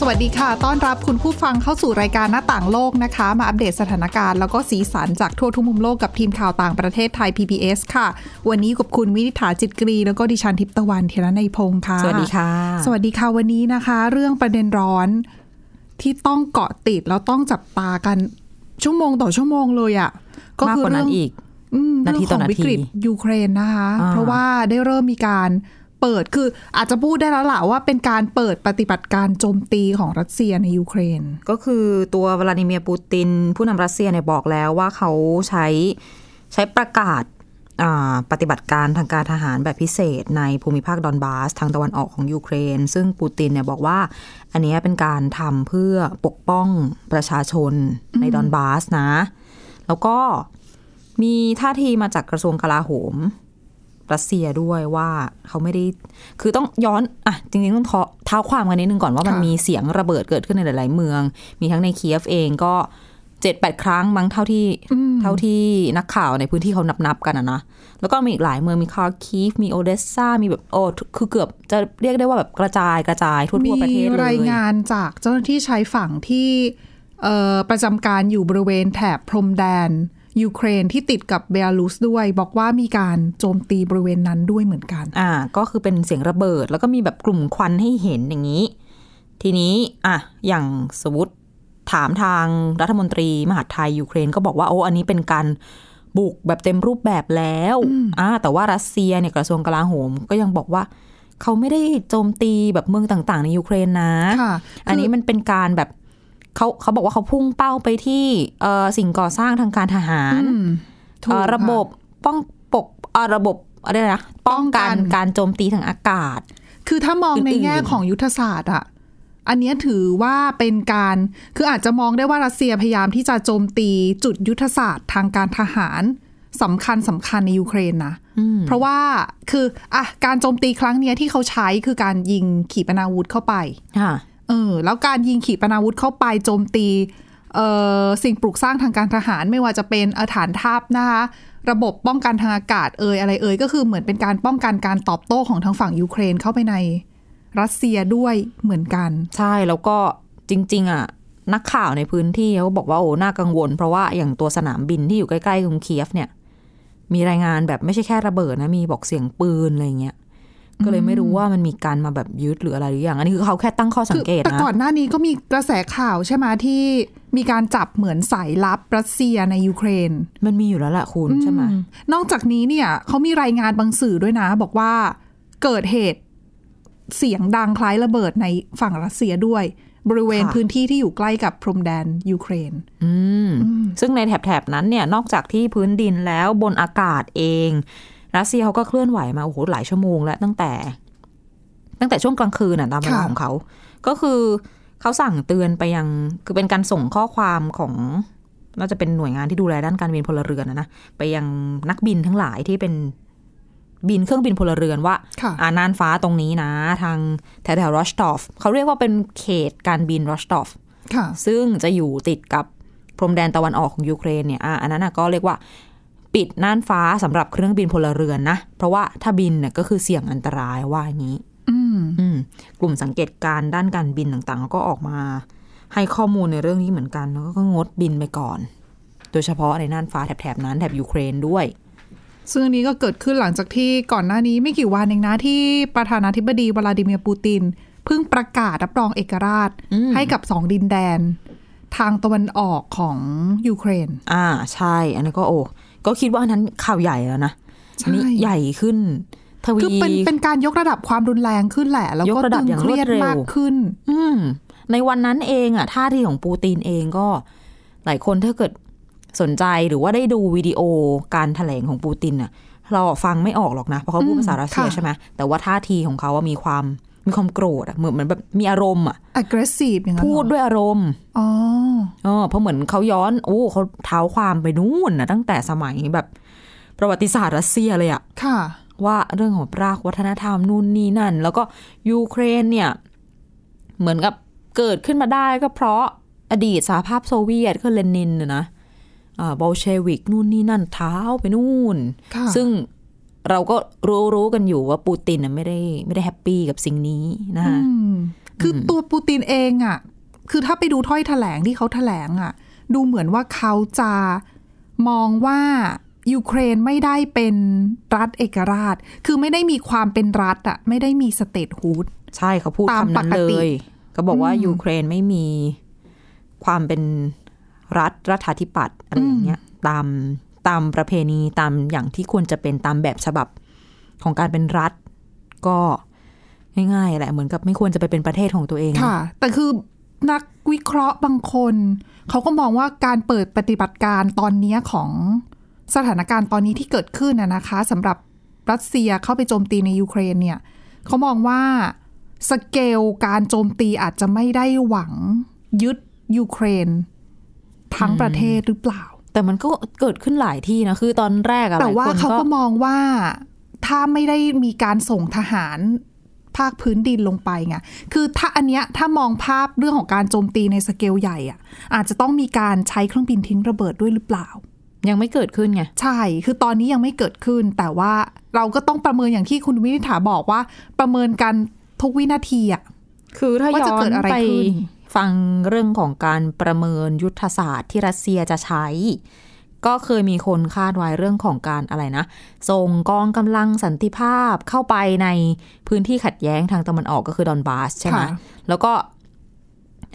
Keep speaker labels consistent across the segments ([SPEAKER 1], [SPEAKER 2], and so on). [SPEAKER 1] สวัสดีค่ะ ต้อนรับคุณผู้ฟังเข้าสู่รายการหน้าต่างโลกนะคะ มาอัปเดตสถานการณ์แล้วก็สีสันจากทั่วทุกมุมโลกกับทีมข่าวต่างประเทศไทย PBS ค่ะ วันนี้อยู่กับคุณวินิษฐาจิตกรี แล้วก็ดิฉันทิพย์ตะวันเทระในยพงค์ค่ะ
[SPEAKER 2] สวัสดีค่ะ
[SPEAKER 1] สวัสดีค่ะวันนี้นะคะ เรื่องประเด็นร้อนที่ต้องเกาะติดแล้วต้องจับตากันชั่วโมงต่อชั่วโมงเลยอะ่ะ
[SPEAKER 2] มากกว่านั้นอีก
[SPEAKER 1] อืม
[SPEAKER 2] นาที
[SPEAKER 1] เรื่องข
[SPEAKER 2] ต่อ
[SPEAKER 1] อง
[SPEAKER 2] นาที
[SPEAKER 1] วิกฤตยูเครนนะคะ
[SPEAKER 2] อ่า
[SPEAKER 1] เพราะว่าได้เริ่มมีการเปิดคืออาจจะพูดได้แล้วล่ะว่าเป็นการเปิดปฏิบัติการโจมตีของรัสเซียในยูเครน
[SPEAKER 2] ก็คือตัววลาดิเมียร์ปูติน ผู้นำรัสเซียเนี่ยบอกแล้วว่าเขาใช้ใช้ประกาศอ่าปฏิบัติการทางการทหารแบบพิเศษในภูมิภาคดอนบาส ทางตะวันออกของยูเครน ซึ่งปูตินเนี่ยบอกว่า อันเนี้ยเป็นการทำเพื่อปกป้องประชาชนในดอนบาสนะ แล้วก็มีท่าทีมาจากกระทรวงกลาโหม รัสเซียด้วยว่าเขาไม่ได้ คือต้องย้อนอ่ะจริงๆต้องเทาเท้าความกันนิดนึงก่อนว่ามัน
[SPEAKER 1] ค่ะ
[SPEAKER 2] มีเสียงระเบิดเกิดขึ้นในหลาย ๆ เมือง มีทั้งในเคียฟเองก็เจ็ดแปดครั้งมั้งเท่าที่เท่าที่นักข่าวในพื้นที่เขานับนับๆกันอะนะแล้วก็มีอีกหลายเมืองมีคาร์คีฟมีโอเดสซามีแบบโอ้คือเกือบจะเรียกได้ว่าแบบกระจายกระจายทั่วทั่วๆประเทศเลย
[SPEAKER 1] มีรายงานจากเจ้าหน้าที่ชายฝั่งที่เอ่อประจำการอยู่บริเวณแถบพรมแดน ยูเครนที่ติดกับเบลารุสด้วย บอกว่ามีการโจมตีบริเวณนั้นด้วยเหมือนกัน
[SPEAKER 2] อ่าก็คือเป็นเสียงระเบิด แล้วก็มีแบบกลุ่มควันให้เห็นอย่างนี้ ทีนี้อ่ะอย่างสมมติถามทางรัฐมนตรีมหาดไทยยูเครนก็บอกว่าโอ้อันนี้เป็นการบุกแบบเต็มรูปแบบแล้วอ่าแต่ว่ารัสเซียเนี่ยกระทรวงกลาโหมก็ยังบอกว่า เขาไม่ได้โจมตีแบบเมืองต่าง ๆ ในยูเครนนะ
[SPEAKER 1] ค่ะ
[SPEAKER 2] อันนี้มันเป็นการแบบเขาเขาบอกว่าเขาพุ่งเป้าไปที่เอ่อสิ่งก่อสร้างทางการทหาร
[SPEAKER 1] อืมถูก
[SPEAKER 2] เอ่อ
[SPEAKER 1] ค่
[SPEAKER 2] ระบบป้องปกเอ่อระบบอะไรนะ
[SPEAKER 1] ป้
[SPEAKER 2] ป้
[SPEAKER 1] อ
[SPEAKER 2] อง ง
[SPEAKER 1] กั
[SPEAKER 2] กัน นการโจมตีทางอากาศ
[SPEAKER 1] คือถ้ามองใน
[SPEAKER 2] อื่นๆ
[SPEAKER 1] แง่ของยุทธศาสตร์อะอันเนี้ยถือว่าเป็นการ คืออาจจะมองได้ว่ารัสเซียพยายามที่จะโจมตีจุดยุทธศาสตร์ทางการทหารสำคัญสำคัญในยูเครนนะ เพราะว่าคืออ่ะการโจมตีครั้งเนี้ยที่เขาใช้คือการยิงขีปนาวุธเข้าไป
[SPEAKER 2] ค่ะ
[SPEAKER 1] เออแล้วการยิงขีปนาวุธเข้าไปโจมตีเอ่อสิ่งปลูกสร้างทางการทหารไม่ว่าจะเป็นเอ่อฐานทัพนะคะระบบป้องกันทางอากาศเอ่ยอะไรเอ่ยก็คือเหมือนเป็นการป้องกันการตอบโต้ของทางฝั่งยูเครนเข้าไปในรัสเซียด้วยเหมือนกัน
[SPEAKER 2] ใช่แล้วก็จริง ๆ อ่ะ นักข่าวในพื้นที่เขาก็บอกว่าโอ้น่ากังวล เพราะว่าอย่างตัวสนามบินที่อยู่ใกล้ๆกรุงเคียฟเนี่ย มีรายงานแบบไม่ใช่แค่ระเบิดนะ มีบอกเสียงปืนอะไรเงี้ยก็เลยไม่รู้ว่ามันมีการมาแบบยึดหรืออะไรหรือยังอันนี้คือเขาแค่ตั้งข้อสังเกต
[SPEAKER 1] แต่
[SPEAKER 2] นะ
[SPEAKER 1] ก่อนหน้านี้ก็มีกระแสข่าวใช่ไหมที่มีการจับเหมือนสายลับรัสเซียในยูเครน
[SPEAKER 2] มันมีอยู่แล้วแหละคุณใช่ไหม
[SPEAKER 1] อืมนอกจากนี้เนี่ยเขามีรายงานบางสื่อด้วยนะ บอกว่าเกิดเหตุเสียงดังคล้ายระเบิดในฝั่งรัสเซียด้วย บริเวณ
[SPEAKER 2] ค่ะ
[SPEAKER 1] พื้นที่ที่อยู่ใกล้กับพรมแดนยูเครน
[SPEAKER 2] อืมซึ่งในแถบๆนั้นเนี่ย นอกจากที่พื้นดินแล้วบนอากาศเอง รัสเซียเขาก็เคลื่อนไหวมาโอ้โหหลายชั่วโมงแล้วตั้งแต่ ตั้งแต่ช่วงกลางคืนน่ะตามเวลา
[SPEAKER 1] ค่ะ
[SPEAKER 2] ของเขา ก็คือเขาสั่งเตือนไปยัง คือเป็นการส่งข้อความของ น่าจะเป็นหน่วยงานที่ดูแลด้านการบินพลเรือนนะนะไปยังนักบินทั้งหลายที่เป็นบินเครื่องบินพลเรือนว่า
[SPEAKER 1] ค่ะ
[SPEAKER 2] อ่าน่านฟ้าตรงนี้นะ ทางแถวแถวรอชตอฟเขาเรียกว่าเป็นเขตการบินรอชตอฟ
[SPEAKER 1] ค่ะ
[SPEAKER 2] ซึ่งจะอยู่ติดกับพรมแดนตะวันออกของยูเครนเนี่ยอ่ะอันนั้นนะก็เรียกว่าปิดน่านฟ้าสำหรับเครื่องบินพลเรือนนะ เพราะว่าถ้าบินเนี่ยก็คือเสี่ยงอันตรายว่าอย่างนี้
[SPEAKER 1] อืม
[SPEAKER 2] อืมกลุ่มสังเกตการณ์ด้านการบินต่างๆเขาก็ออกมา ให้ข้อมูลในเรื่องนี้เหมือนกันแล้วก็งดบินไปก่อน โดยเฉพาะในน่านฟ้าแถบๆนั้นแถบยูเครนด้วย
[SPEAKER 1] ซึ่งอันนี้ก็เกิดขึ้นหลังจากที่ก่อนหน้านี้ไม่กี่วันเองนะที่ประธานาธิบดีวลาดิเมียร์ปูติน เพิ่งประกาศรับรองเอกราช
[SPEAKER 2] อืม
[SPEAKER 1] ให้กับสองดินแดน ทางตะวันออกของยูเครน
[SPEAKER 2] อ่าใช่ อันนี้ก็โอ้ก็คิดว่าอันนั้นข่าวใหญ่แล้วนะอันนี้
[SPEAKER 1] ใช่
[SPEAKER 2] ใหญ่ขึ้นทวี
[SPEAKER 1] คือเป็นเป็นการยกระดับความรุนแรงขึ้นแหละ แล้ว
[SPEAKER 2] ย
[SPEAKER 1] ก็
[SPEAKER 2] กระดั
[SPEAKER 1] ตึ
[SPEAKER 2] บ
[SPEAKER 1] ง
[SPEAKER 2] อย่าง
[SPEAKER 1] เค
[SPEAKER 2] รวด
[SPEAKER 1] รียด
[SPEAKER 2] เร็ว
[SPEAKER 1] มากขึ้น
[SPEAKER 2] อืมในวันนั้นเองอ่ะท่าทีของปูตินเองก็หลายคนถ้าเกิดสนใจหรือว่าได้ดูวิดีโอการแถลงของปูตินอ่ะ เราฟังไม่ออกหรอกนะ เพราะเขาพูดภาษารัสเซีย
[SPEAKER 1] ค่ะ
[SPEAKER 2] ใช่ไหมแต่ว่าท่าทีของเขาว่ามีความมีความโกรธอะเหมือนเหมือนแบบมีอารมณ์อ่ะ
[SPEAKER 1] aggressive อย่างนั้นเหร
[SPEAKER 2] พู
[SPEAKER 1] อ
[SPEAKER 2] ดด้วยอารมณ์
[SPEAKER 1] อ๋อ
[SPEAKER 2] เออเพราะเหมือนเขาย้อนโอ้เขาเท้าความไปนู่นนะตั้งแต่สมัยแบบประวัติศาสตร์รัสเซียเลยอ่ะ
[SPEAKER 1] ค่ะ
[SPEAKER 2] ว่าเรื่องของรากวัฒนธรรมนู่นนี่นั่น แล้วก็ยูเครนเนี่ย เหมือนกับ เกิดขึ้นมาได้ก็เพราะอดีตสหภาพโซเวียตคือเลนินน่ะนะอ่าบอลเชวิกนู่นนี่นั่นเท้าไปนู่น
[SPEAKER 1] ค่ะ
[SPEAKER 2] ซึ่งเราก็รู้รู้กันอยู่ว่าปูตินน่ะไม่ได้ไม่ได้แฮปปี้กับสิ่งนี้นะคะ
[SPEAKER 1] อืมคืออตัวปูตินเองอะ่ะ คือถ้าไปดูถ้อยแถลงที่เขาแถลงอะ่ะ ดูเหมือนว่าเขาจะมองว่ายูเครนไม่ได้เป็นรัฐเอกราช คือไม่ได้มีความเป็นรัฐอะ่ะ ไม่ได้มีสเตทฮูด
[SPEAKER 2] ใช่เขาพูด
[SPEAKER 1] ตาม
[SPEAKER 2] คำนั้น
[SPEAKER 1] ปก
[SPEAKER 2] เล
[SPEAKER 1] ติ
[SPEAKER 2] ย ก็บอกว่ายูเครนไม่มีความเป็นรัฐรัฐาธิปัตย์อะไรอย่างเงี้ยตามตามประเพณีตามอย่างที่ควรจะเป็นตามแบบฉบับของการเป็นรัฐ ก็ง่ายๆแหละเหมือนกับไม่ควรจะไปเป็นประเทศของตัวเอง
[SPEAKER 1] ค่ะ แต่คือนักวิเคราะห์บางคน เขาก็มองว่าการเปิดปฏิบัติการตอนเนี้ยของสถานการณ์ตอนนี้ที่เกิดขึ้นนะนะคะสำหรับรัสเซียเข้าไปโจมตีในยูเครนเนี่ยเขามองว่าสเกลการโจมตีอาจจะไม่ได้หวังยึดยูเครน ทั้งประเทศหรือเปล่า
[SPEAKER 2] แต่มันก็เกิดขึ้นหลายที่นะคือตอนแรกอะ
[SPEAKER 1] แต่
[SPEAKER 2] หลย
[SPEAKER 1] ว่า
[SPEAKER 2] คน
[SPEAKER 1] เขาก็มองว่าถ้าไม่ได้มีการส่งทหารภาคพื้นดินลงไปไง คือถ้าอันเนี้ยถ้ามองภาพเรื่องของการโจมตีในสเกลใหญ่อะอาจจะต้องมีการใช้เครื่องบินทิ้งระเบิดด้วยหรือเปล่า
[SPEAKER 2] ยังไม่เกิดขึ้นไง
[SPEAKER 1] ใช่ คือตอนนี้ยังไม่เกิดขึ้น แต่ว่าเราก็ต้องประเมินอย่างที่คุณวินิษฐาบอกว่า ประเมินกันทุกวินาทีอะ
[SPEAKER 2] คือถ้า
[SPEAKER 1] ว่า
[SPEAKER 2] ย้
[SPEAKER 1] จะ
[SPEAKER 2] อ
[SPEAKER 1] เกิ
[SPEAKER 2] น
[SPEAKER 1] ดอะไร
[SPEAKER 2] ไป
[SPEAKER 1] ขึ้น
[SPEAKER 2] ฟังเรื่องของการประเมินยุทธศาสตร์ที่รัสเซียจะใช้ ก็เคยมีคนคาดไว้เรื่องของการอะไรนะ ส่งกองกำลังสันติภาพเข้าไปในพื้นที่ขัดแย้งทางตะวันออกก็คือดอนบาสใช่ไหม
[SPEAKER 1] ค่ะ
[SPEAKER 2] แล้วก็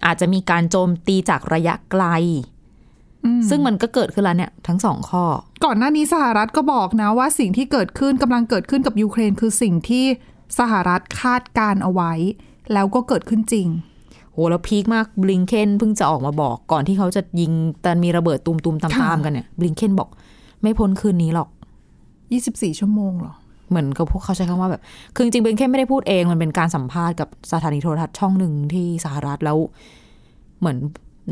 [SPEAKER 2] อาจจะมีการโจมตีจากระยะไกล
[SPEAKER 1] อืม
[SPEAKER 2] ซึ่งมันก็เกิดขึ้นแล้วเนี่ยทั้งสองข้อ
[SPEAKER 1] ก่อนหน้านี้สหรัฐก็บอกนะว่าสิ่งที่เกิดขึ้นกำลังเกิดขึ้นกับยูเครน คือสิ่งที่สหรัฐคาดการเอาไว้ แล้วก็เกิดขึ้นจริง
[SPEAKER 2] โหแล้วพีคมากบลิงเคนเพิ่งจะออกมาบอกก่อนที่เขาจะยิงตอนมีระเบิดตุมๆตามๆกันเนี่ยบลิงเคนบอก ไม่พ้นคืนนี้หรอก
[SPEAKER 1] 24 ชั่วโมงเหรอ
[SPEAKER 2] เหมือนกับพวกเขาใช้คำว่าแบบ คือจริงๆเบนเคนไม่ได้พูดเองมันเป็นการสัมภาษณ์กับสถานีโทรทัศน์ช่องหนึ่งที่สหรัฐแล้ว เหมือน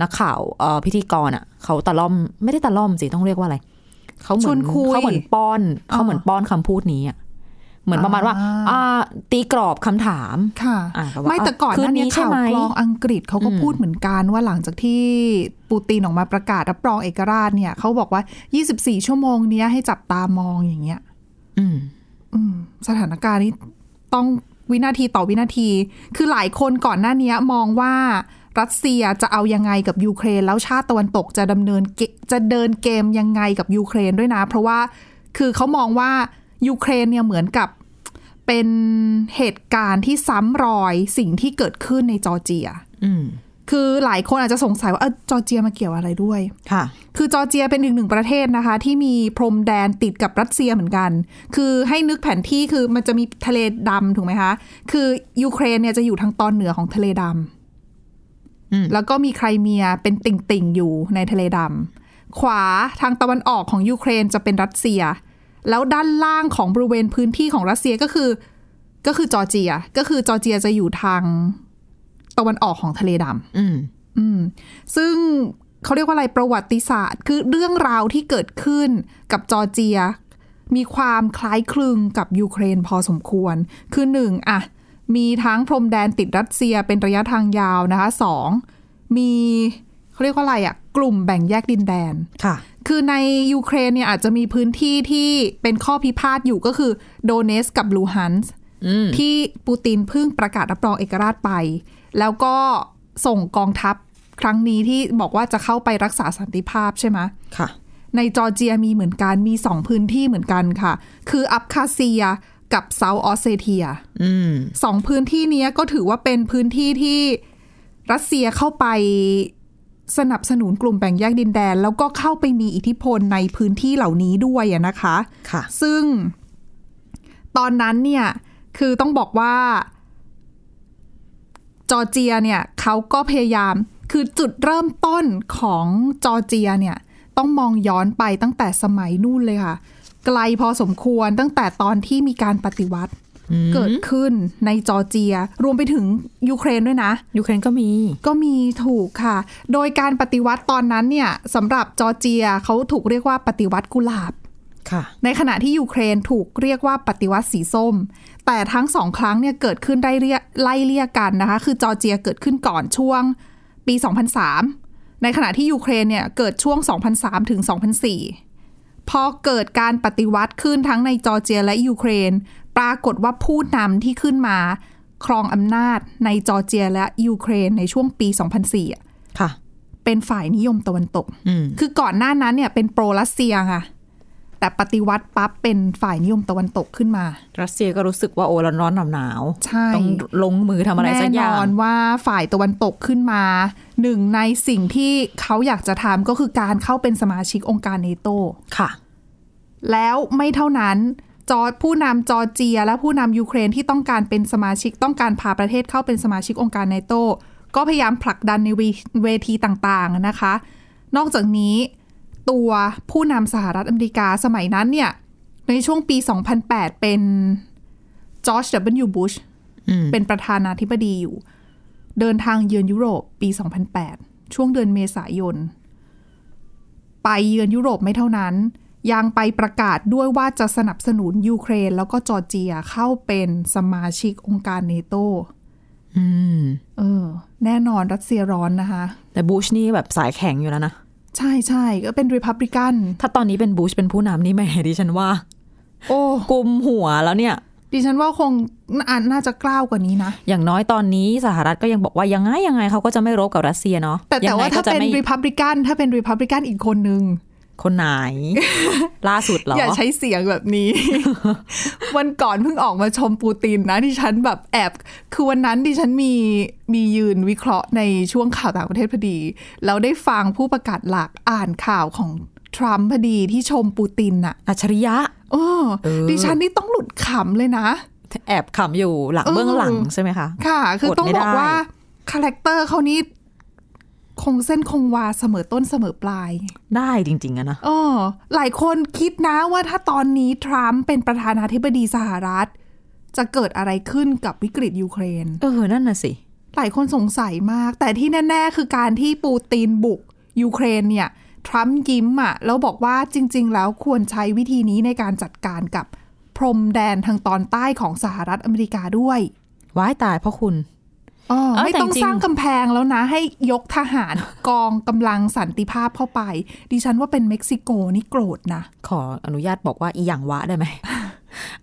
[SPEAKER 2] นักข่าวเอ่อพิธีกรอ่ะเขาตะล่อมไม่ได้ตะล่อมสิต้องเรียกว่าอะไรเขาเหมือน
[SPEAKER 1] ชวนคุย
[SPEAKER 2] เขาเหมือนป้อนเขาเหมือนป้อนคำพูดนี้อ่ะเหมือนประมาณว่า
[SPEAKER 1] อ่า
[SPEAKER 2] อ่าตีกรอบคำถาม
[SPEAKER 1] ค่ะ
[SPEAKER 2] อ่ะแต่ว่า
[SPEAKER 1] ไม่แต่ก่อนห
[SPEAKER 2] คืน
[SPEAKER 1] น้า
[SPEAKER 2] นี้
[SPEAKER 1] นี้
[SPEAKER 2] ใช่
[SPEAKER 1] ข่าว
[SPEAKER 2] ไหม
[SPEAKER 1] กรองอังกฤษเขาก็
[SPEAKER 2] อืม
[SPEAKER 1] พูดเหมือนกันว่าหลังจากที่ปูตินออกมาประกาศรับรองเอกราชเนี่ยเขาบอกว่า 24 ชั่วโมงเนี้ยให้จับตามองอย่างเงี้ย
[SPEAKER 2] อืม
[SPEAKER 1] อืมสถานการณ์นี้ต้องวินาทีต่อวินาที คือหลายคนก่อนหน้านี้มองว่ารัสเซียจะเอายังไงกับยูเครน แล้วชาติตะวันตกจะดำเนินเกจะเดินเกมยังไงกับยูเครนด้วยนะ เพราะว่าคือเขามองว่ายูเครนเนี่ยเหมือนกับเป็นเหตุการณ์ที่ซ้ำรอยสิ่งที่เกิดขึ้นในจอร์เจีย
[SPEAKER 2] อืม
[SPEAKER 1] คือหลายคนอาจจะสงสัยว่าเออจอร์เจียมาเกี่ยวอะไรด้วย
[SPEAKER 2] ค่ะ
[SPEAKER 1] คือจอร์เจียเป็นอีกหนึ่งประเทศนะคะ ที่มีพรมแดนติดกับรัสเซียเหมือนกัน คือให้นึกแผนที่คือมันจะมีทะเลดำถูกไหมคะ คือยูเครนเนี่ยจะอยู่ทางตอนเหนือของทะเลดำ
[SPEAKER 2] อืม
[SPEAKER 1] แล้วก็มีไครเมียเป็นติ่งๆอยู่ในทะเลดำขวาทางตะวันออกของยูเครนจะเป็นรัสเซีย แล้วด้านล่างของบริเวณพื้นที่ของรัสเซียก็คือ ก็คือจอร์เจีย ก็คือจอร์เจียจะอยู่ทางตะวันออกของทะเลดำ
[SPEAKER 2] อืม
[SPEAKER 1] อืมซึ่งเขาเรียกว่าอะไรประวัติศาสตร์ คือเรื่องราวที่เกิดขึ้นกับจอร์เจีย มีความคล้ายคลึงกับยูเครนพอสมควร คือหนึ่งอะมีทั้งพรมแดนติดรัสเซียเป็นระยะทางยาวนะคะสองมีเขาเรียกว่าอะไรอะกลุ่มแบ่งแยกดินแดน
[SPEAKER 2] ค่ะ
[SPEAKER 1] คือในยูเครนเนี่ยอาจจะมีพื้นที่ที่เป็นข้อพิพาทอยู่ก็คือโดเนสกับลูฮันส์ที่ปูตินเพิ่งประกาศรับรองเอกราชไป แล้วก็ส่งกองทัพครั้งนี้ที่บอกว่าจะเข้าไปรักษาสันติภาพใช่ไหม
[SPEAKER 2] ค่ะ
[SPEAKER 1] ในจอร์เจียมีเหมือนกันมีสองพื้นที่เหมือนกันค่ะ คืออับคาเซียกับเซาท์ออสเซเทีย
[SPEAKER 2] อืม
[SPEAKER 1] สองพื้นที่เนี้ยก็ถือว่าเป็นพื้นที่ที่รัสเซียเข้าไปสนับสนุนกลุ่มแบ่งแยกดินแดน แล้วก็เข้าไปมีอิทธิพลในพื้นที่เหล่านี้ด้วยอะนะคะ
[SPEAKER 2] ค่ะ
[SPEAKER 1] ซึ่งตอนนั้นเนี่ยคือต้องบอกว่า จอร์เจียเนี่ยเขาก็พยายามคือจุดเริ่มต้นของจอร์เจียเนี่ยต้องมองย้อนไปตั้งแต่สมัยนู่นเลยค่ะ ไกลพอสมควรตั้งแต่ตอนที่มีการปฏิวัติเกิดขึ้นในจอร์เจีย รวมไปถึงยูเครนด้วยนะ
[SPEAKER 2] ยูเครนก็มี
[SPEAKER 1] ก็มีถูกค่ะ โดยการปฏิวัติตอนนั้นเนี่ยสำหรับจอร์เจียเขาถูกเรียกว่าปฏิวัติกุหลาบ
[SPEAKER 2] ค่ะ
[SPEAKER 1] ในขณะที่ยูเครนถูกเรียกว่าปฏิวัติสีส้ม แต่ทั้งสองครั้งเนี่ยเกิดขึ้นได้เรียไล่เลี่ยกันนะคะ คือจอร์เจียเกิดขึ้นก่อนช่วงปี 2003 ในขณะที่ยูเครนเนี่ยเกิดช่วง 2003 ถึง 2004 พอเกิดการปฏิวัติขึ้นทั้งในจอร์เจียและยูเครน ปรากฏว่าผู้นำที่ขึ้นมา ครองอำนาจในจอร์เจียและยูเครนในช่วงปี 2004อะ
[SPEAKER 2] ค่ะ
[SPEAKER 1] เป็นฝ่ายนิยมตะวันตก
[SPEAKER 2] อืม
[SPEAKER 1] คือก่อนหน้านั้นเนี่ยเป็นโปรรัสเซียไงแต่ปฏิวัติปั๊บเป็นฝ่ายนิยมตะวันตกขึ้นมา
[SPEAKER 2] รัสเซียก็รู้สึกว่าโอ้ร้อนร้อนหนาวหนาวๆ
[SPEAKER 1] ใช่
[SPEAKER 2] ต้องลงมือทำอะไรสักอ
[SPEAKER 1] แน่
[SPEAKER 2] ย่าน ง
[SPEAKER 1] อนว่าฝ่ายตะวันตกขึ้นมาหนึ่งในสิ่งที่เขาอยากจะทำก็คือการเข้าเป็นสมาชิกองค์การเนโต
[SPEAKER 2] ค่ะ
[SPEAKER 1] แล้วไม่เท่านั้นจอร์ผู้นำจอร์เจีย และผู้นำยูเครนที่ต้องการเป็นสมาชิกต้องการพาประเทศเข้าเป็นสมาชิกองค์การไนโตก็พยายามผลักดันในเวเวทีต่างๆนะคะ นอกจากนี้ตัวผู้นำสหรัฐอเมริกาสมัยนั้นเนี่ยในช่วงปี 2008 เป็นจอร์จ W. บุช
[SPEAKER 2] อืม
[SPEAKER 1] เป็นประธานาธิบดีอยู่ เดินทางเยือนยุโรปปี 2008 ช่วงเดือนเมษายน ไปเยือนยุโรปไม่เท่านั้น ยังไปประกาศด้วยว่าจะสนับสนุนยูเครน แล้วก็จอร์เจียเข้าเป็นสมาชิกองค์การเนโต
[SPEAKER 2] อืม
[SPEAKER 1] เออ แน่นอนรัสเซียร้อนนะคะ
[SPEAKER 2] แต่บูชนี่แบบสายแข็งอยู่แล้วนะ
[SPEAKER 1] ใช่ใช่ก็เป็นริพับลิกัน
[SPEAKER 2] ถ้าตอนนี้เป็นบูชเป็นผู้นำนี่แหม่ดิฉันว่า
[SPEAKER 1] โอ้
[SPEAKER 2] กุมหัวแล้วเนี่ย
[SPEAKER 1] ดิฉันว่าคงน่าน่าจะกล้าวกว่านี้นะ
[SPEAKER 2] อย่างน้อยตอนนี้สหรัฐก็ยังบอกว่ายังไงยังไงเขาก็จะไม่รบกับรัสเซียเนาะ
[SPEAKER 1] แต่แต่
[SPEAKER 2] ยังไง
[SPEAKER 1] ว่าถ้า
[SPEAKER 2] ก็จะ
[SPEAKER 1] เป็น
[SPEAKER 2] ไม่
[SPEAKER 1] ริพับลิกันถ้าเป็นริพับลิกันอีกคนนึง
[SPEAKER 2] คนไหน ล่าสุดเหรอ
[SPEAKER 1] อ
[SPEAKER 2] อ
[SPEAKER 1] ย่าใช้เสียงแบบนี้ วันก่อนเพิ่งออกมาชมปูตินนะที่ฉันแบบแอบ คือวันนั้นดิฉันมีมียืนวิเคราะห์ในช่วงข่าวต่างประเทศพอดี แล้วได้ฟังผู้ประกาศหลักอ่านข่าวของทรัมป์พอดีที่ชมปูตินน่ะ
[SPEAKER 2] อัจฉริยะ
[SPEAKER 1] โอ้
[SPEAKER 2] เออ
[SPEAKER 1] ดิฉันนี่ต้องหลุดขำเลยนะ
[SPEAKER 2] แอบขำอยู่หลัง
[SPEAKER 1] เออ
[SPEAKER 2] เบื้องหลังใช่ไหมคะ
[SPEAKER 1] ค่ะ คือต้องบอกว่า
[SPEAKER 2] อดไม่
[SPEAKER 1] คาแรคเตอร์เขานี่คงเส้นคงวาเสมอต้นเสมอปลาย
[SPEAKER 2] ได้จริง ๆอะนะ
[SPEAKER 1] เออหลายคนคิดนะว่าถ้าตอนนี้ทรัมป์เป็นประธานาธิบดีสหรัฐ จะเกิดอะไรขึ้นกับวิกฤตยูเครน
[SPEAKER 2] เออ นั่นน่ะสิ
[SPEAKER 1] หลายคนสงสัยมาก แต่ที่แน่ ๆ คือการที่ปูตินบุกยูเครนเนี่ยทรัมป์ยิ้มอะ่ะแล้วบอกว่าจริง ๆ แล้วควรใช้วิธีนี้ในการจัดการกับพรมแดนทางตอนใต้ของสหรัฐอเมริกาด้วย
[SPEAKER 2] ว้ายตายเพราะคุณ
[SPEAKER 1] ออ
[SPEAKER 2] เอ้ย
[SPEAKER 1] ไม่ต้อง
[SPEAKER 2] แต่จริง
[SPEAKER 1] สร้างกำแพงแล้วนะ ให้ยกทหาร กองกำลังสันติภาพเข้าไป ดิฉันว่าเป็นเม็กซิโกนี่โกรธนะ
[SPEAKER 2] ขออนุญาตบอกว่าอีหยังวะได้ไหม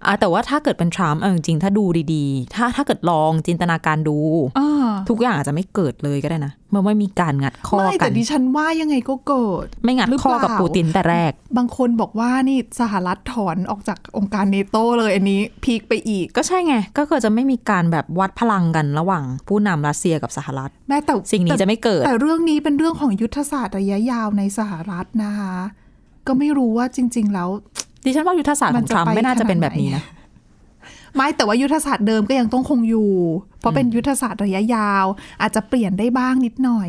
[SPEAKER 2] อ่ะแต่ว่าถ้าเกิดเป็นทรัมป์เอาจริงๆถ้าดูดีๆ ถ้าถ้าเกิดลองจินตนาการดู
[SPEAKER 1] อ่า
[SPEAKER 2] ทุกอย่างอาจจะไม่เกิดเลยก็ได้นะมันไม่มีการงัดข้อ
[SPEAKER 1] ไม่
[SPEAKER 2] กั
[SPEAKER 1] แต่
[SPEAKER 2] น
[SPEAKER 1] ดิฉันว่ายังไงก็เกิด
[SPEAKER 2] ไม่งัด
[SPEAKER 1] หรือเป
[SPEAKER 2] ข้อ
[SPEAKER 1] ล่า
[SPEAKER 2] กับปูตินแต่แรก
[SPEAKER 1] บางคนบอกว่านี่สหรัฐถอนออกจากองค์การเนโตเลยอันนี้พีคไปอีก
[SPEAKER 2] ก็ใช่ไง ก็เกิดจะไม่มีการแบบวัดพลังกันระหว่างผู้นำรัสเซียกับสหรัฐ
[SPEAKER 1] แม้แต่
[SPEAKER 2] สิ่งนี้จะไม่เกิด
[SPEAKER 1] แต่เรื่องนี้เป็นเรื่องของยุทธศาสตร์ระยะยาวในสหรัฐนะคะ ก็ไม่รู้ว่าจริง ๆ แล้ว
[SPEAKER 2] ดิฉันว่ายุทธศาสตร์ข
[SPEAKER 1] มั
[SPEAKER 2] อน ง
[SPEAKER 1] จะ
[SPEAKER 2] ทรัมป์ไม่น่าจะเป็นแบบนี้นะ
[SPEAKER 1] ไม่แต่ว่ายุทธศาสตร์เดิมก็ยังต้องคงอยู่ เพราะเป็นยุทธศาสตร์ระยะยาว อาจจะเปลี่ยนได้บ้างนิดหน่อย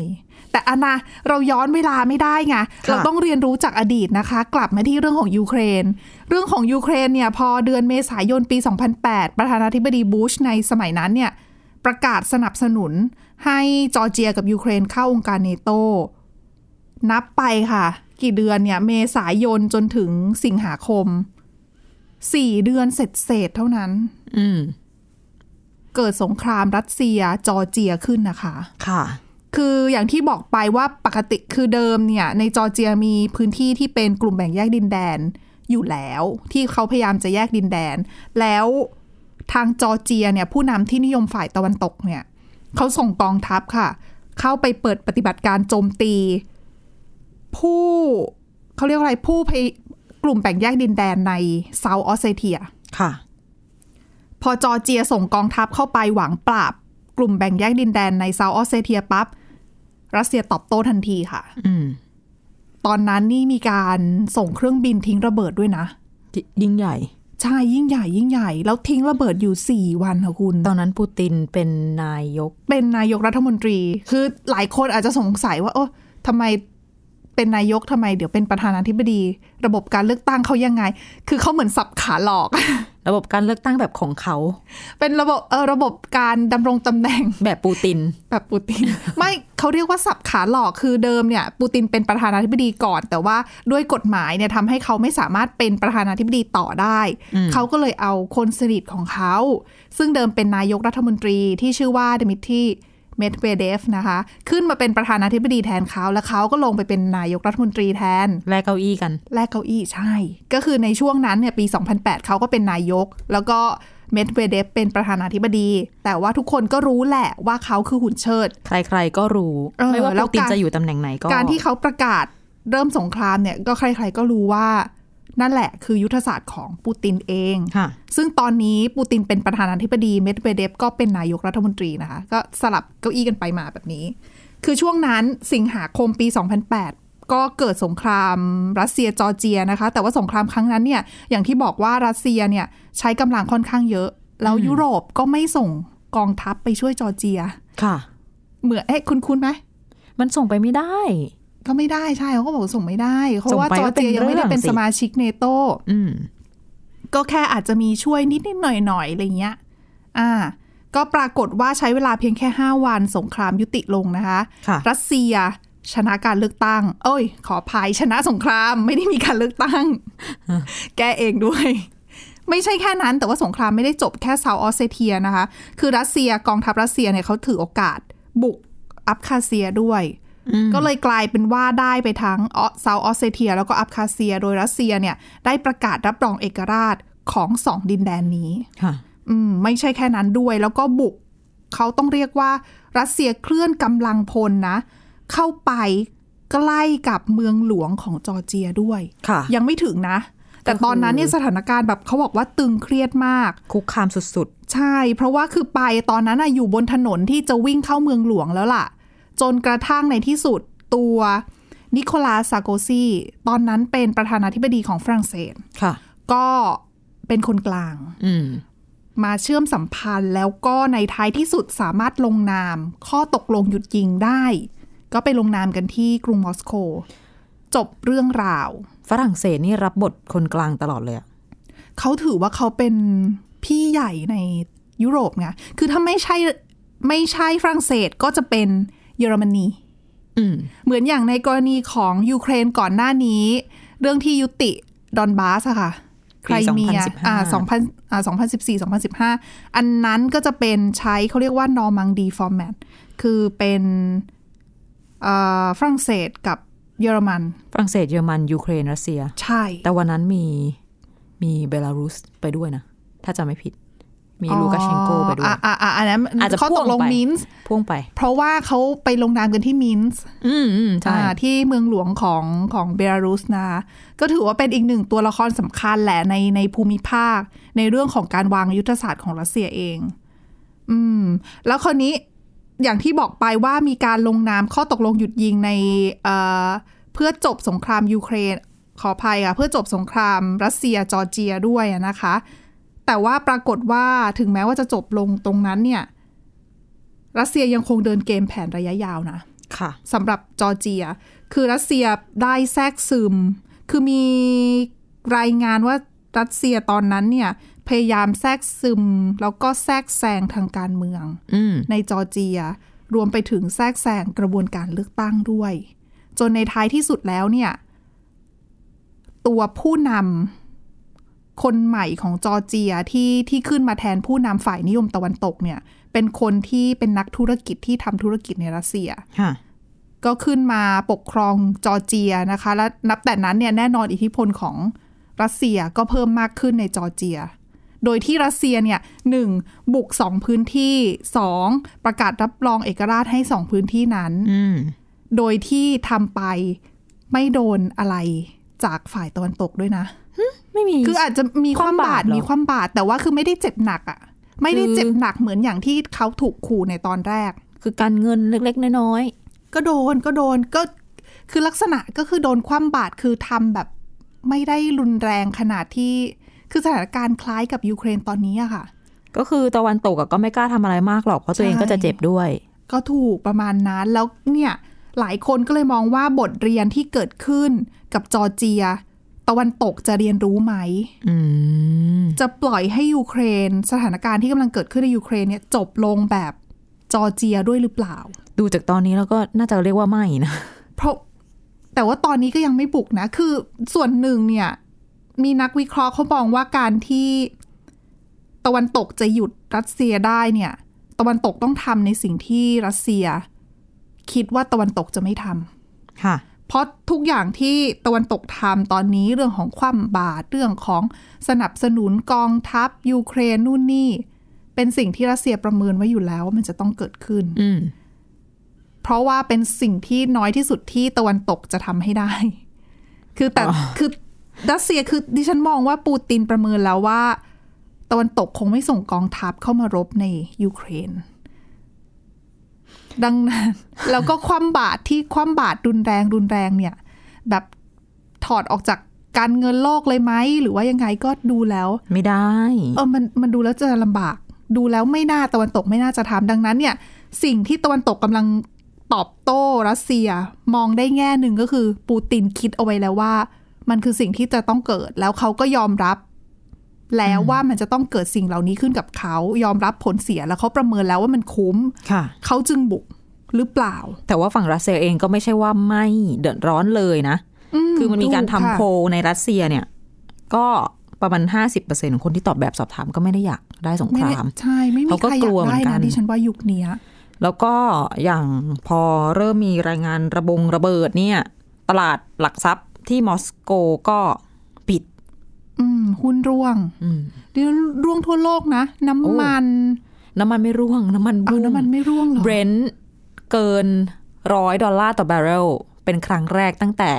[SPEAKER 1] แต่อันนะเราย้อนเวลาไม่ได้ไง
[SPEAKER 2] ค่ะ
[SPEAKER 1] เราต้องเรียนรู้จากอดีตนะคะ กลับมาที่เรื่องของยูเครน เรื่องของยูเครนเนี่ยพอเดือนเมษายนปี 2008 ประธานาธิบดีบูชในสมัยนั้นเนี่ยประกาศสนับสนุนให้จอร์เจียกับยูเครนเข้าองค์การเนโต นับไปค่ะ กี่เดือนเนี่ยเมษายนจนถึงสิงหาคมสี่เดือนเสร็จเสร็จๆเท่านั้น
[SPEAKER 2] อืม
[SPEAKER 1] เกิดสงครามรัสเซียจอร์เจียขึ้นนะคะ
[SPEAKER 2] ค่ะ
[SPEAKER 1] คืออย่างที่บอกไปว่าปกติคือเดิมเนี่ย ในจอร์เจียมีพื้นที่ที่เป็นกลุ่มแบ่งแยกดินแดนอยู่แล้ว ที่เขาพยายามจะแยกดินแดน แล้วทางจอร์เจียเนี่ย ผู้นำที่นิยมฝ่ายตะวันตกเนี่ยเขาส่งกองทัพค่ะ เข้าไปเปิดปฏิบัติการโจมตี ผู้เขาเรียกว่าอะไรผู้พยกลุ่มแบ่งแยกดินแดนในเซาท์ออสเซเทีย
[SPEAKER 2] ค่ะ
[SPEAKER 1] พอจอร์เจียส่งกองทัพเข้าไปหวังปราบ กลุ่มแบ่งแยกดินแดนในเซาท์ออสเซเทียปั๊บ รัสเซียตอบโต้ทันทีค่ะ
[SPEAKER 2] อืม
[SPEAKER 1] ตอนนั้นนี่มีการส่งเครื่องบินทิ้งระเบิดด้วยนะ
[SPEAKER 2] ยิยิ่งใหญ่
[SPEAKER 1] ใช่ยิ่งใหญ่ยิ่งใหญ่ แล้วทิ้งระเบิดอยู่ 4 วันค่ะคุณ
[SPEAKER 2] ตอนนั้นปูตินเป็นนายก
[SPEAKER 1] เป็นนายกรัฐมนตรี คือหลายคนอาจจะสงสัยว่า โอ้ทำไมเป็นนายกทำไม เดี๋ยวเป็นประธานาธิบดี ระบบการเลือกตั้งเขายังไง คือเขาเหมือนสับขาหลอก
[SPEAKER 2] ระบบการเลือกตั้งแบบของเขา
[SPEAKER 1] เป็นระบบเออระบบการดำรงตำแหน่ง
[SPEAKER 2] แบบปูติน
[SPEAKER 1] แบบปูติน ไม่เขาเรียกว่าสับขาหลอกคือเดิมเนี่ย ปูตินเป็นประธานาธิบดีก่อน แต่ว่าด้วยกฎหมายเนี่ยทำให้เขาไม่สามารถเป็นประธานาธิบดีต่อได้ เขาก็เลยเอาคนสนิทของเขา ซึ่งเดิมเป็นนายกรัฐมนตรีที่ชื่อว่าดมิทรีเมดเวเดฟนะคะ ขึ้นมาเป็นประธานาธิบดีแทนเขา แล้วเขาก็ลงไปเป็นนายกรัฐมนตรีแทน
[SPEAKER 2] แลกเก้าอี้กัน
[SPEAKER 1] แลกเก้าอี้ใช่ ก็คือในช่วงนั้นเนี่ยปี 2008 เขาก็เป็นนายก แล้วก็เมดเวเดฟเป็นประธานาธิบดี แต่ว่าทุกคนก็รู้แหละว่าเขาคือหุ่นเชิด
[SPEAKER 2] ใครๆก็รู้
[SPEAKER 1] เออ
[SPEAKER 2] ไม่ว่า
[SPEAKER 1] แล้
[SPEAKER 2] ปู
[SPEAKER 1] ว
[SPEAKER 2] ติน
[SPEAKER 1] การ
[SPEAKER 2] จะอยู่ตำแหน่งไหนก็
[SPEAKER 1] การที่เขาประกาศเริ่มสงครามเนี่ยก็ใครๆก็รู้ว่า นั่นแหละคือยุทธศาสตร์ของปูตินเอง
[SPEAKER 2] ค่ะ
[SPEAKER 1] ซึ่งตอนนี้ปูตินเป็นประธานาธิบดีเมดเวเดฟก็เป็นนายกรัฐมนตรีนะคะ ก็สลับเก้าอี้กันไปมาแบบนี้ คือช่วงนั้นสิงหาคมปี 2008 ก็เกิดสงครามรัสเซียจอร์เจียนะคะ แต่ว่าสงครามครั้งนั้นเนี่ยอย่างที่บอกว่ารัสเซียเนี่ยใช้กำลังค่อนข้างเยอะ แล้วยุโรปก็ไม่ส่งกองทัพไปช่วยจอร์เจีย
[SPEAKER 2] ค่ะ
[SPEAKER 1] เหมือนเอ๊ะคุณคุณไหม
[SPEAKER 2] มันส่งไปไม่ได้
[SPEAKER 1] ก็ไม่ได้ใช่เขาก็บอกส่งไม่ได้เพราะว่า
[SPEAKER 2] ส่งไป
[SPEAKER 1] จอร์เจีย
[SPEAKER 2] ก็เป็น
[SPEAKER 1] ยังไม่ได้เป็น
[SPEAKER 2] เรื่องสิ
[SPEAKER 1] สมาชิกเนโต
[SPEAKER 2] อืม
[SPEAKER 1] ก็แค่อาจจะมีช่วยนิดนิดๆหน่อยหน่อยๆอะไรเงี้ย อ่า ก็ปรากฏว่าใช้เวลาเพียงแค่ 5 วันสงครามยุติลงนะคะ
[SPEAKER 2] ค่ะ
[SPEAKER 1] รัสเซียชนะการเลือกตั้ง เอ้ย ขออภายชนะสงครามไม่ได้มีการเลือกตั้ง แกเองด้วย ไม่ใช่แค่นั้นแต่ว่าสงครามไม่ได้จบแค่เซาท์ออสเซเทียนะคะ คือรัสเซียกองทัพรัสเซียเนี่ยเขาถือโอกาสบุกอับคาเซียด้วย ก็เลยกลายเป็นว่าได้ไปทั้งเซาท์ออสเซเทีย แล้วก็อับคาเซีย โดยรัสเซียเนี่ยได้ประกาศรับรองเอกราชของสองดินแดนนี้
[SPEAKER 2] ค่ะ
[SPEAKER 1] อืมไม่ใช่แค่นั้นด้วย แล้วก็บุกเขาต้องเรียกว่ารัสเซียเคลื่อนกำลังพลนะ เข้าไปใกล้กับเมืองหลวงของจอร์เจียด้วย
[SPEAKER 2] ค่ะ
[SPEAKER 1] ยังไม่ถึงนะ แต่ตอนนั้นเนี่ยสถานการณ์แบบเขาบอกว่าตึงเครียดมาก
[SPEAKER 2] คุกคามสุด
[SPEAKER 1] ใช่ เพราะว่าคือไปตอนนั้นน่ะอยู่บนถนนที่จะวิ่งเข้าเมืองหลวงแล้วล่ะ จนกระทั่งในที่สุดตัวนิโคลาซาโกซีตอนนั้นเป็นประธานาธิบดีของฝรั่งเศส
[SPEAKER 2] ๆ ค่ะ
[SPEAKER 1] ก็เป็นคนกลาง
[SPEAKER 2] อืม
[SPEAKER 1] มาเชื่อมสัมพันธ์แล้วก็ในท้ายที่สุดสามารถลงนาม ข้อตกลงหยุดยิงได้ ก็ไปลงนามกันที่กรุงมอสโก จบเรื่องราว
[SPEAKER 2] ฝรั่งเศสนี่รับบทคนกลางตลอดเลยอะ
[SPEAKER 1] เขาถือว่าเขาเป็นพี่ใหญ่ในยุโรปไง คือถ้าไม่ใช่ไม่ใช่ฝรั่งเศสก็จะเป็นเยอรมนี
[SPEAKER 2] อืม
[SPEAKER 1] เหมือนอย่างในกรณีของยูเครนก่อนหน้านี้ เรื่องที่ยุติดอนบาสอะค่ะไค
[SPEAKER 2] ปี
[SPEAKER 1] รเมีย
[SPEAKER 2] 2015
[SPEAKER 1] อ่าสองพันอ่าสองพันสิบสี่สองพันสิบห้าอันนั้นก็จะเป็นใช้เขาเรียกว่านอร์มังดีฟอร์แมตคือเป็นเอ่อฝรั่งเศสกับเยอรมัน
[SPEAKER 2] ฝรั่งเศสเยอรมันยูเครนรัสเซีย
[SPEAKER 1] ใช่
[SPEAKER 2] แต่วันนั้นมีมีเบลารุสไปด้วยนะ ถ้าจำไม่ผิด มีลูกาเชนโกไปด้วย
[SPEAKER 1] อ๋ออ่ะอ่ะอ่ะอันนั้น
[SPEAKER 2] อาจจะ
[SPEAKER 1] ข้อตกลง
[SPEAKER 2] พ่วงไป
[SPEAKER 1] มินส์
[SPEAKER 2] พ่วงไป
[SPEAKER 1] เพราะว่าเขาไปลงนามกันที่มินส์
[SPEAKER 2] อืมอืมใช่
[SPEAKER 1] อ่าที่เมืองหลวงของของเบลารุสนะคะก็ถือว่าเป็นอีกหนึ่งตัวละครสำคัญแหละในในภูมิภาค ในเรื่องของการวางยุทธศาสตร์ของรัสเซียเอง อืม แล้วคนนี้อย่างที่บอกไปว่ามีการลงนามข้อตกลงหยุดยิงในเอ่อเพื่อจบสงครามยูเครน ขออภัยค่ะเพื่อจบสงครามรัสเซียจอร์เจียด้วยอะนะคะ แต่ว่าปรากฏว่าถึงแม้ว่าจะจบลงตรงนั้นเนี่ย รัสเซียยังคงเดินเกมแผนระยะยาวนะ
[SPEAKER 2] ค่ะ
[SPEAKER 1] สำหรับจอร์เจีย คือรัสเซียได้แทรกซึม คือมีรายงานว่ารัสเซียตอนนั้นเนี่ย พยายามแทรกซึม แล้วก็แทรกแซงทางการเมือง
[SPEAKER 2] อืม
[SPEAKER 1] ในจอร์เจีย รวมไปถึงแทรกแซงกระบวนการเลือกตั้งด้วย จนในท้ายที่สุดแล้วเนี่ย ตัวผู้นำคนใหม่ของจอร์เจียที่ที่ขึ้นมาแทนผู้นำฝ่ายนิยมตะวันตกเนี่ย เป็นคนที่เป็นนักธุรกิจที่ทำธุรกิจในรัสเซีย
[SPEAKER 2] ค่ะ
[SPEAKER 1] ก็ขึ้นมาปกครองจอร์เจียนะคะ และนับแต่นั้นเนี่ยแน่นอนอิทธิพลของรัสเซียก็เพิ่มมากขึ้นในจอร์เจีย โดยที่รัสเซียเนี่ยหนึ่งบุกสองพื้นที่สองประกาศรับรองเอกราชให้สองพื้นที่นั้น
[SPEAKER 2] อืม
[SPEAKER 1] โดยที่ทำไปไม่โดนอะไรจากฝ่ายตะวันตกด้วยนะ
[SPEAKER 2] ไม่มี
[SPEAKER 1] คืออาจจะมีความบาด
[SPEAKER 2] ความบาดเหรอ
[SPEAKER 1] มีความบาดแต่ว่าคือไม่ได้เจ็บหนักอะ่ะไม่ได้เจ็บหนักเหมือนอย่างที่เขาถูกขู่ในตอนแรก
[SPEAKER 2] คือการเงินเล็กๆ น้อย
[SPEAKER 1] ก็โดนก็โดนก็คือลักษณะก็คือโดนคว่ำบาตรคือทำแบบไม่ได้รุนแรงขนาดที่คือสถานการณ์คล้ายกับยูเครนตอนนี้อะค่ะ
[SPEAKER 2] ๆ ก็คือตะวันตกอะก็ไม่กล้าทำอะไรมากหรอก เพราะตัวเองก็จะเจ็บด้วย
[SPEAKER 1] ก็ถูกประมาณนั้นแล้วเนี่ยหลายคนก็เลยมองว่าบทเรียนที่เกิดขึ้นกับจอร์เจีย ตะวันตกจะเรียนรู้ไหม
[SPEAKER 2] อืม
[SPEAKER 1] จะปล่อยให้ยูเครน สถานการณ์ที่กำลังเกิดขึ้นในยูเครนเนี่ยจบลงแบบจอร์เจียด้วยหรือเปล่า
[SPEAKER 2] ดูจากตอนนี้แล้วก็น่าจะเรียกว่าไม่นะ
[SPEAKER 1] เพราะแต่ว่าตอนนี้ก็ยังไม่บุกนะ คือส่วนหนึ่งเนี่ย มีนักวิเคราะห์เขามองว่าการที่ตะวันตกจะหยุดรัสเซียได้เนี่ย ตะวันตกต้องทำในสิ่งที่รัสเซีย คิดว่าตะวันตกจะไม่ทำ
[SPEAKER 2] ค่ะ
[SPEAKER 1] เพราะทุกอย่างที่ตะวันตกทำตอนนี้เรื่องของความบาตรเรื่องของสนับสนุนกองทัพยูเครนนู่นนี่ เป็นสิ่งที่รัสเซียประเมินไว้อยู่แล้วว่ามันจะต้องเกิดขึ้น
[SPEAKER 2] อืม
[SPEAKER 1] เพราะว่าเป็นสิ่งที่น้อยที่สุดที่ตะวันตกจะทำให้ได้ คือแต่คือรัสเซียคือดิฉันมองว่าปูตินประเมินแล้วว่า ตะวันตกคงไม่ส่งกองทัพเข้ามารบในยูเครน ดังนั้น แล้วก็ความบาตรที่ความบาตรรุนแรงรุนแรงเนี่ย แบบถอดออกจากการเงินโลกเลยไหม หรือว่ายังไงก็ดูแล้ว
[SPEAKER 2] ไม่ได้
[SPEAKER 1] เออมันมันดูแล้วจะลำบาก ดูแล้วไม่น่าตะวันตกไม่น่าจะทำดังนั้นเนี่ย สิ่งที่ตะวันตกกำลังตอบโต้รัสเซียมองได้แง่หนึ่งก็คือ ปูตินคิดเอาไว้แล้วว่า มันคือสิ่งที่จะต้องเกิดแล้วเขาก็ยอมรับ แล้วว่ามันจะต้องเกิดสิ่งเหล่านี้ขึ้นกับเขา ยอมรับผลเสียแล้วเขาประเมินแล้วว่ามันคุ้ม
[SPEAKER 2] ค่ะ
[SPEAKER 1] เขาจึงบุกหรือเปล่า
[SPEAKER 2] แต่ว่าฝั่งรัสเซียเองก็ไม่ใช่ว่าไม่เดือดร้อนเลยนะ คือมันมีการทำโพลในรัสเซียเนี่ย ก็ประมาณ 50%ของคนที่ตอบแบบสอบถามก็ไม่ได้อยากได้สงค
[SPEAKER 1] ไม่
[SPEAKER 2] รา
[SPEAKER 1] ได้
[SPEAKER 2] ม
[SPEAKER 1] ใช่ไม่มี
[SPEAKER 2] เขาก็
[SPEAKER 1] ใครอก
[SPEAKER 2] ลั
[SPEAKER 1] ยาก
[SPEAKER 2] วเหมื
[SPEAKER 1] ได้
[SPEAKER 2] อนกัน
[SPEAKER 1] นะดิฉันว่ายุคเนี้ย
[SPEAKER 2] แล้วก็อย่างพอเริ่มมีรายงานระบงระเบิดเนี่ย ตลาดหลักทรัพย์ที่มอสโกก็ปิด
[SPEAKER 1] อืม หุ้นร่วง
[SPEAKER 2] อืม
[SPEAKER 1] ดิฉันร่วงทั่วโลกนะน้ำ
[SPEAKER 2] โอ้
[SPEAKER 1] มัน
[SPEAKER 2] น้ำมันไม่ร่วง น้ำมัน
[SPEAKER 1] เอา
[SPEAKER 2] บู
[SPEAKER 1] น้ำมันไม่ร่วงเหรอ
[SPEAKER 2] เบรนท์เกินร้อยดอลลาร์ต่อบาร์เรลเป็นครั้งแรกตั้งแต่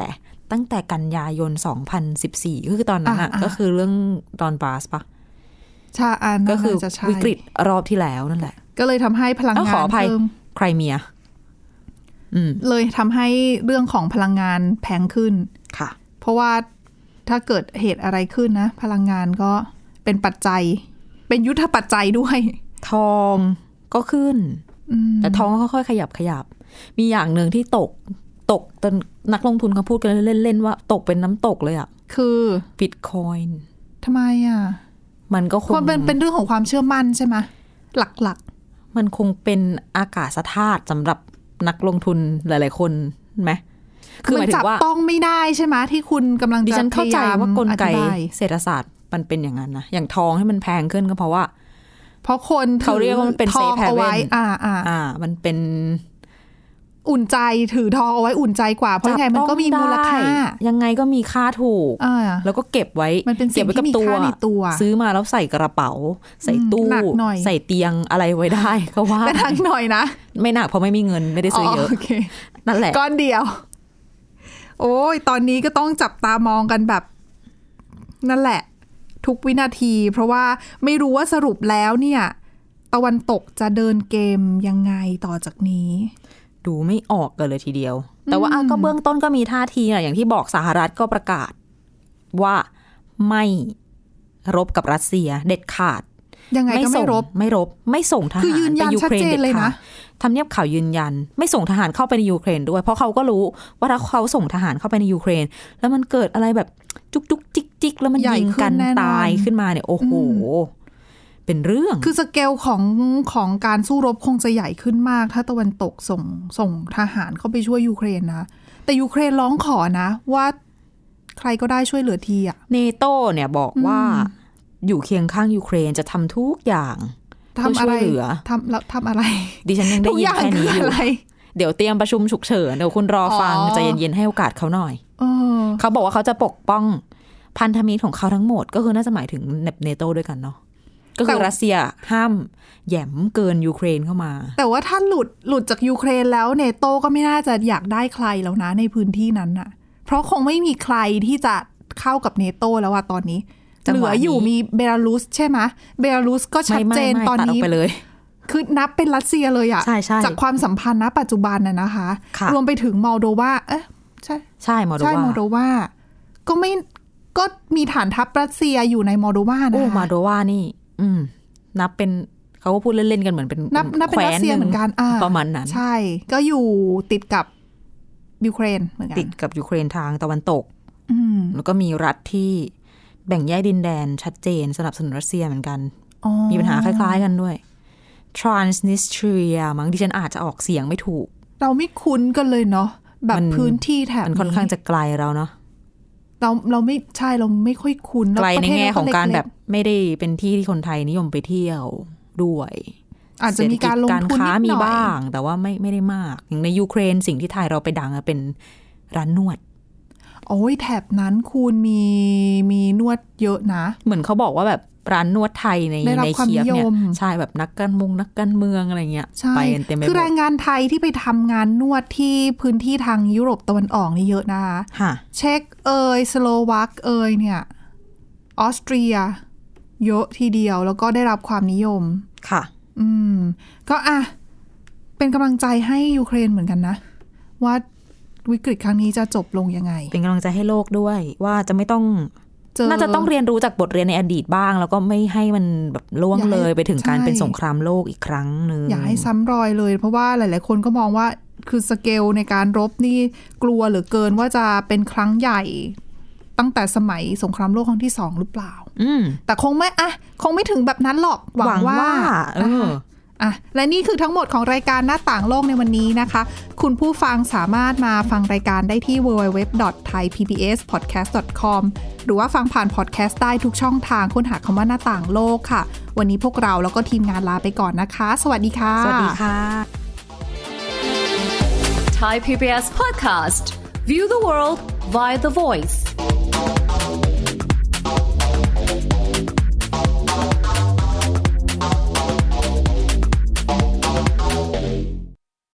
[SPEAKER 2] ตั้งแต่กันยายน 2014 ก็คือตอนนั้นอะก็คือเรื่องดอนบาสปะ
[SPEAKER 1] ชาอัน
[SPEAKER 2] ก็คือ
[SPEAKER 1] น่าจะใช่
[SPEAKER 2] วิกฤตรอบที่แล้วนั่นแหละ
[SPEAKER 1] ก็เลยทำให้พลั
[SPEAKER 2] เอ้าง
[SPEAKER 1] งา
[SPEAKER 2] ขอน อภัย
[SPEAKER 1] เพิ่ม
[SPEAKER 2] ไครเมีย อืม
[SPEAKER 1] เลยทำให้เรื่องของพลังงานแพงขึ้น
[SPEAKER 2] ค่ะ
[SPEAKER 1] เพราะว่าถ้าเกิดเหตุอะไรขึ้นนะ พลังงานก็เป็นปัจจัย เป็นยุทธปัจจัยด้วย
[SPEAKER 2] ทองก็ขึ้น แต่ทองก็ค่อยๆขยับขยับ มีอย่างหนึ่งที่ตก ตกจนนักลงทุนเขาพูดกันเล่นๆว่าตกเป็นน้ำตกเลยอะ
[SPEAKER 1] คือ
[SPEAKER 2] บิตคอยน์
[SPEAKER 1] ทำไมอ่ะ
[SPEAKER 2] มันก็ค
[SPEAKER 1] ค
[SPEAKER 2] ง
[SPEAKER 1] วามเป็นเป็นเรื่องของความเชื่อมั่นใช่ไหมหลัก
[SPEAKER 2] มันคงเป็นอากาศธาตุสำหรับนักลงทุนหลายๆคนไหม
[SPEAKER 1] ๆ
[SPEAKER 2] คือหมายถึ
[SPEAKER 1] จั
[SPEAKER 2] งว่า
[SPEAKER 1] ต้องไม่ได้ใช่ไหมที่คุณกำลัง
[SPEAKER 2] ดิ
[SPEAKER 1] จะ
[SPEAKER 2] ฉันเข้าใจว่ากลไก
[SPEAKER 1] พยยมอธิบาย
[SPEAKER 2] เศรษฐศาสตร์มันเป็นอย่างนั้นนะ อย่างทองให้มันแพงขึ้นก็เพราะว่า
[SPEAKER 1] เพราะคนถือ
[SPEAKER 2] เขาเรียกว่ามันเป็น
[SPEAKER 1] ทอง
[SPEAKER 2] safe haven
[SPEAKER 1] เอาไว้อ่าอ่า
[SPEAKER 2] อ่า มันเป็น
[SPEAKER 1] อุ่นใจถือทองเอาไว้อุ่นใจกว่าเพราะยังไงมันก็มีมูลค่า
[SPEAKER 2] จับต้องได้ยังไงก็มีค่าถูก
[SPEAKER 1] อ่า
[SPEAKER 2] แล้วก็เก็บไว้
[SPEAKER 1] มันเป็นสิ่ง
[SPEAKER 2] ก็บไว้กั
[SPEAKER 1] ที่มีค่าในตัว
[SPEAKER 2] ซื้อมาแล้วใส่กระเป๋า ใส่ตู้
[SPEAKER 1] หนักหน่อย
[SPEAKER 2] ใส่เตียงอะไรไว้ได้ ก็ว่า
[SPEAKER 1] แต่ทั้งหน่อยนะ
[SPEAKER 2] ไม่หนักเพราะไม่มีเงินไม่ได้ซื้อเยอะ
[SPEAKER 1] โอเค
[SPEAKER 2] นั่นแหละ
[SPEAKER 1] ก้อนเดียว โอ้ย ตอนนี้ก็ต้องจับตามองกันแบบ นั่นแหละ ทุกวินาที เพราะว่าไม่รู้ว่าสรุปแล้วเนี่ย ตะวันตกจะเดินเกมยังไงต่อจากนี้
[SPEAKER 2] ดูไม่ออกกันเลยทีเดียว แต่ว่าอ่ะก็เบื้องต้นก็มีท่าทีนะอย่างที่บอกสหรัฐก็ประกาศ ว่าไม่รบกับรัสเซียเด็ดขาด
[SPEAKER 1] ยังไงก็
[SPEAKER 2] ส่
[SPEAKER 1] ไม่
[SPEAKER 2] ง
[SPEAKER 1] รบ
[SPEAKER 2] ไม่รบ ไม่ส่งทหาร
[SPEAKER 1] คือยืนยัน
[SPEAKER 2] ไป
[SPEAKER 1] ชัดเจนเลยนะ
[SPEAKER 2] ด็ดขาดทำเนียบข่าวยืนยัน ไม่ส่งทหารเข้าไปในยูเครนด้วย เพราะเขาก็รู้ว่าถ้าเขาส่งทหารเข้าไปในยูเครน แล้วมันเกิดอะไรแบบจุกจุกจิกจิกแล้วมัน
[SPEAKER 1] ใหญ่
[SPEAKER 2] ยิงกัน
[SPEAKER 1] ขึ้นแน่นอน
[SPEAKER 2] ตายขึ้นมาเนี่ยโอ้โห เป็นเรื่อง
[SPEAKER 1] คือสเกลของของการสู้รบคงจะใหญ่ขึ้นมาก ถ้าตะวันตกส่งส่งทหารเข้าไปช่วยยูเครนนะ แต่ยูเครนร้องขอนะ ว่าใครก็ได้ช่วยเหลือทีอะ
[SPEAKER 2] เนโตเนี่ยบอกว่าอยู่เคียงข้างยูเครนจะทำทุกอย่าง
[SPEAKER 1] ทำอะไร
[SPEAKER 2] เพื่อช่วยเหลือ
[SPEAKER 1] ทำแล้วทำอะไร
[SPEAKER 2] ดิฉันยังได้
[SPEAKER 1] ทุกอน
[SPEAKER 2] ยิ
[SPEAKER 1] ย่าง
[SPEAKER 2] แค่
[SPEAKER 1] คื
[SPEAKER 2] นี้
[SPEAKER 1] อ
[SPEAKER 2] อ
[SPEAKER 1] อะ
[SPEAKER 2] ยู่
[SPEAKER 1] ไร
[SPEAKER 2] เดี๋ยวเตรียมประชุมฉุกเฉินเดี๋ยวคุณรอฟัง
[SPEAKER 1] อ๋อ
[SPEAKER 2] ใจเย็นๆให้โอกาสเขาหน่อย
[SPEAKER 1] เออ
[SPEAKER 2] เขาบอกว่าเขาจะปกป้องพันธมิตรของเขาทั้งหมด ก็คือน่าจะหมายถึงเนโตด้วยกันเนาะก็
[SPEAKER 1] แต่
[SPEAKER 2] คือรัสเซียห้ามแหยมเกินยูเครนเข้ามา
[SPEAKER 1] แต่ว่าถ้าหลุดหลุดจากยูเครนแล้วเนโตก็ไม่น่าจะอยากได้ใครแล้วนะในพื้นที่นั้นน่ะ เพราะคงไม่มีใครที่จะเข้ากับเนโตแล้วอะตอนนี้
[SPEAKER 2] จัง
[SPEAKER 1] เห
[SPEAKER 2] ห
[SPEAKER 1] ลื
[SPEAKER 2] วะ
[SPEAKER 1] อ
[SPEAKER 2] นี้
[SPEAKER 1] อยู่มีเบลารุสใช่ไหมเบลารุสก็ชัด
[SPEAKER 2] ไม่ไม่
[SPEAKER 1] เจน
[SPEAKER 2] ไม่
[SPEAKER 1] ตอน
[SPEAKER 2] ตัดออ
[SPEAKER 1] นี้
[SPEAKER 2] กไปเลย
[SPEAKER 1] คือนับเป็นรัสเซียเลยอะ
[SPEAKER 2] ใช่ใช่
[SPEAKER 1] จากความสัมพันธ์ณปัจจุบันน่ะนะคะ
[SPEAKER 2] ค่ะ
[SPEAKER 1] รวมไปถึงมอลโดวาเอ๊ะใช่
[SPEAKER 2] ใช่มอลโด
[SPEAKER 1] ใช่
[SPEAKER 2] วาม
[SPEAKER 1] อลโดวาก็ไม่ก็มีฐานทัพรัสเซียอยู่ในมอลโดวานะ
[SPEAKER 2] โอ้
[SPEAKER 1] คะ
[SPEAKER 2] มอลโดวานี่ อืม นับเป็นเขาก็พูดเล่นๆกันเหมือนเป็น
[SPEAKER 1] นับนับเป็น
[SPEAKER 2] แคว้
[SPEAKER 1] รัสเซียเหมือนกันอ่า
[SPEAKER 2] ประมาณนั้น
[SPEAKER 1] ใช่ ก็อยู่ติดกับยูเครนเหมือนกั
[SPEAKER 2] ติ
[SPEAKER 1] น
[SPEAKER 2] ดกับยูเครนทางตะวันตก
[SPEAKER 1] อืม ม
[SPEAKER 2] แล้วก็มีรัฐที่แบ่งแยกดินแดนชัดเจน สนับสนุนรัสเซียเหมือนกัน
[SPEAKER 1] อ๋อ
[SPEAKER 2] มีปัญหาคล้ายๆกันด้วย Transnistria มั้งดิฉันอาจจะออกเสียงไม่ถูก
[SPEAKER 1] เราไม่คุ้นกันเลยเนาะแบบ
[SPEAKER 2] มัน
[SPEAKER 1] พื้นที่แถบ
[SPEAKER 2] มันค่อนข้างจะไกลเราเนาะ
[SPEAKER 1] เราเราไม่ใช่เราไม่ค่อยคุ้น
[SPEAKER 2] ไกล
[SPEAKER 1] ประ
[SPEAKER 2] ใน
[SPEAKER 1] เทศ
[SPEAKER 2] แง่
[SPEAKER 1] เ
[SPEAKER 2] ของการ
[SPEAKER 1] เล็
[SPEAKER 2] แบบไม่ได้เป็นที่ที่คนไทยนิยมไปเที่ยวด้วย
[SPEAKER 1] อาจจะมีการลงทุน
[SPEAKER 2] เศรษฐกิจการค้า
[SPEAKER 1] นิ
[SPEAKER 2] มี
[SPEAKER 1] ดหน่อย
[SPEAKER 2] บ้าง แต่ว่าไม่ไม่ได้มากอย่างในยูเครนสิ่งที่ไทยเราไปดังอะเป็นร้านนวด
[SPEAKER 1] โอ้ยแถบนั้นคุณมีมีนวดเยอะนะ
[SPEAKER 2] เหมือนเขาบอกว่าแบบร้านนวดไทยใน
[SPEAKER 1] ได้รับ
[SPEAKER 2] ใน
[SPEAKER 1] ความ
[SPEAKER 2] เคียฟ
[SPEAKER 1] นิย
[SPEAKER 2] เนี่ย
[SPEAKER 1] ม
[SPEAKER 2] ใช่แบบนักการเมองนักการเมืองอะไรเงี้ย
[SPEAKER 1] ใช่
[SPEAKER 2] ไปกันเต็มไปห
[SPEAKER 1] คือ
[SPEAKER 2] ม
[SPEAKER 1] แรง
[SPEAKER 2] ด
[SPEAKER 1] งานไทยที่ไปทำงานนวดที่พื้นที่ทางยุโรปตะวันออกนี่เยอะนะคะ
[SPEAKER 2] ค่ะ
[SPEAKER 1] เช็กเอย สโลวักเอยเนี่ยออสเตรีย เยอะทีเดียวแล้วก็ได้รับความนิยม
[SPEAKER 2] ค่ะ
[SPEAKER 1] อืม ก็อ่ะ เป็นกำลังใจให้ยูเครนเหมือนกันนะ ว่าวิกฤตครั้งนี้จะจบลงยังไง
[SPEAKER 2] เป็นกำลังใจให้โลกด้วย ว่าจะไม่ต้อง
[SPEAKER 1] เจอ
[SPEAKER 2] น่าจะต้องเรียนรู้จากบทเรียนในอดีตบ้าง แล้วก็ไม่ให้มันแบบล่วง
[SPEAKER 1] อย่าให้
[SPEAKER 2] เลยไปถึงการ
[SPEAKER 1] ใช่
[SPEAKER 2] เป็นสงครามโลกอีกครั้งหนึ่ง
[SPEAKER 1] อย่าให้ซ้ำรอยเลย เพราะว่าหลาย ๆ คนก็มองว่าคือสเกลในการรบนี่กลัวเหลือเกินว่าจะเป็นครั้งใหญ่ ตั้งแต่สมัยสงครามโลกครั้งที่สองหรือเปล่า
[SPEAKER 2] อืม
[SPEAKER 1] แต่คงไม่อะคงไม่ถึงแบบนั้นหรอกหวังว่า
[SPEAKER 2] เออ
[SPEAKER 1] ะ อ่ะและนี่คือทั้งหมดของรายการหน้าต่างโลกในวันนี้นะคะ คุณผู้ฟังสามารถมาฟังรายการได้ที่ www.thaipbspodcast.com หรือว่าฟังผ่านพอดแคสต์ได้ทุกช่องทางค้นหาคำว่าหน้าต่างโลกค่ะ วันนี้พวกเราแล้วก็ทีมงานลาไปก่อนนะคะ สวัสดีค่ะ
[SPEAKER 2] สวัสดีค่ะ
[SPEAKER 3] Thai PBS podcast. View the world via the voice.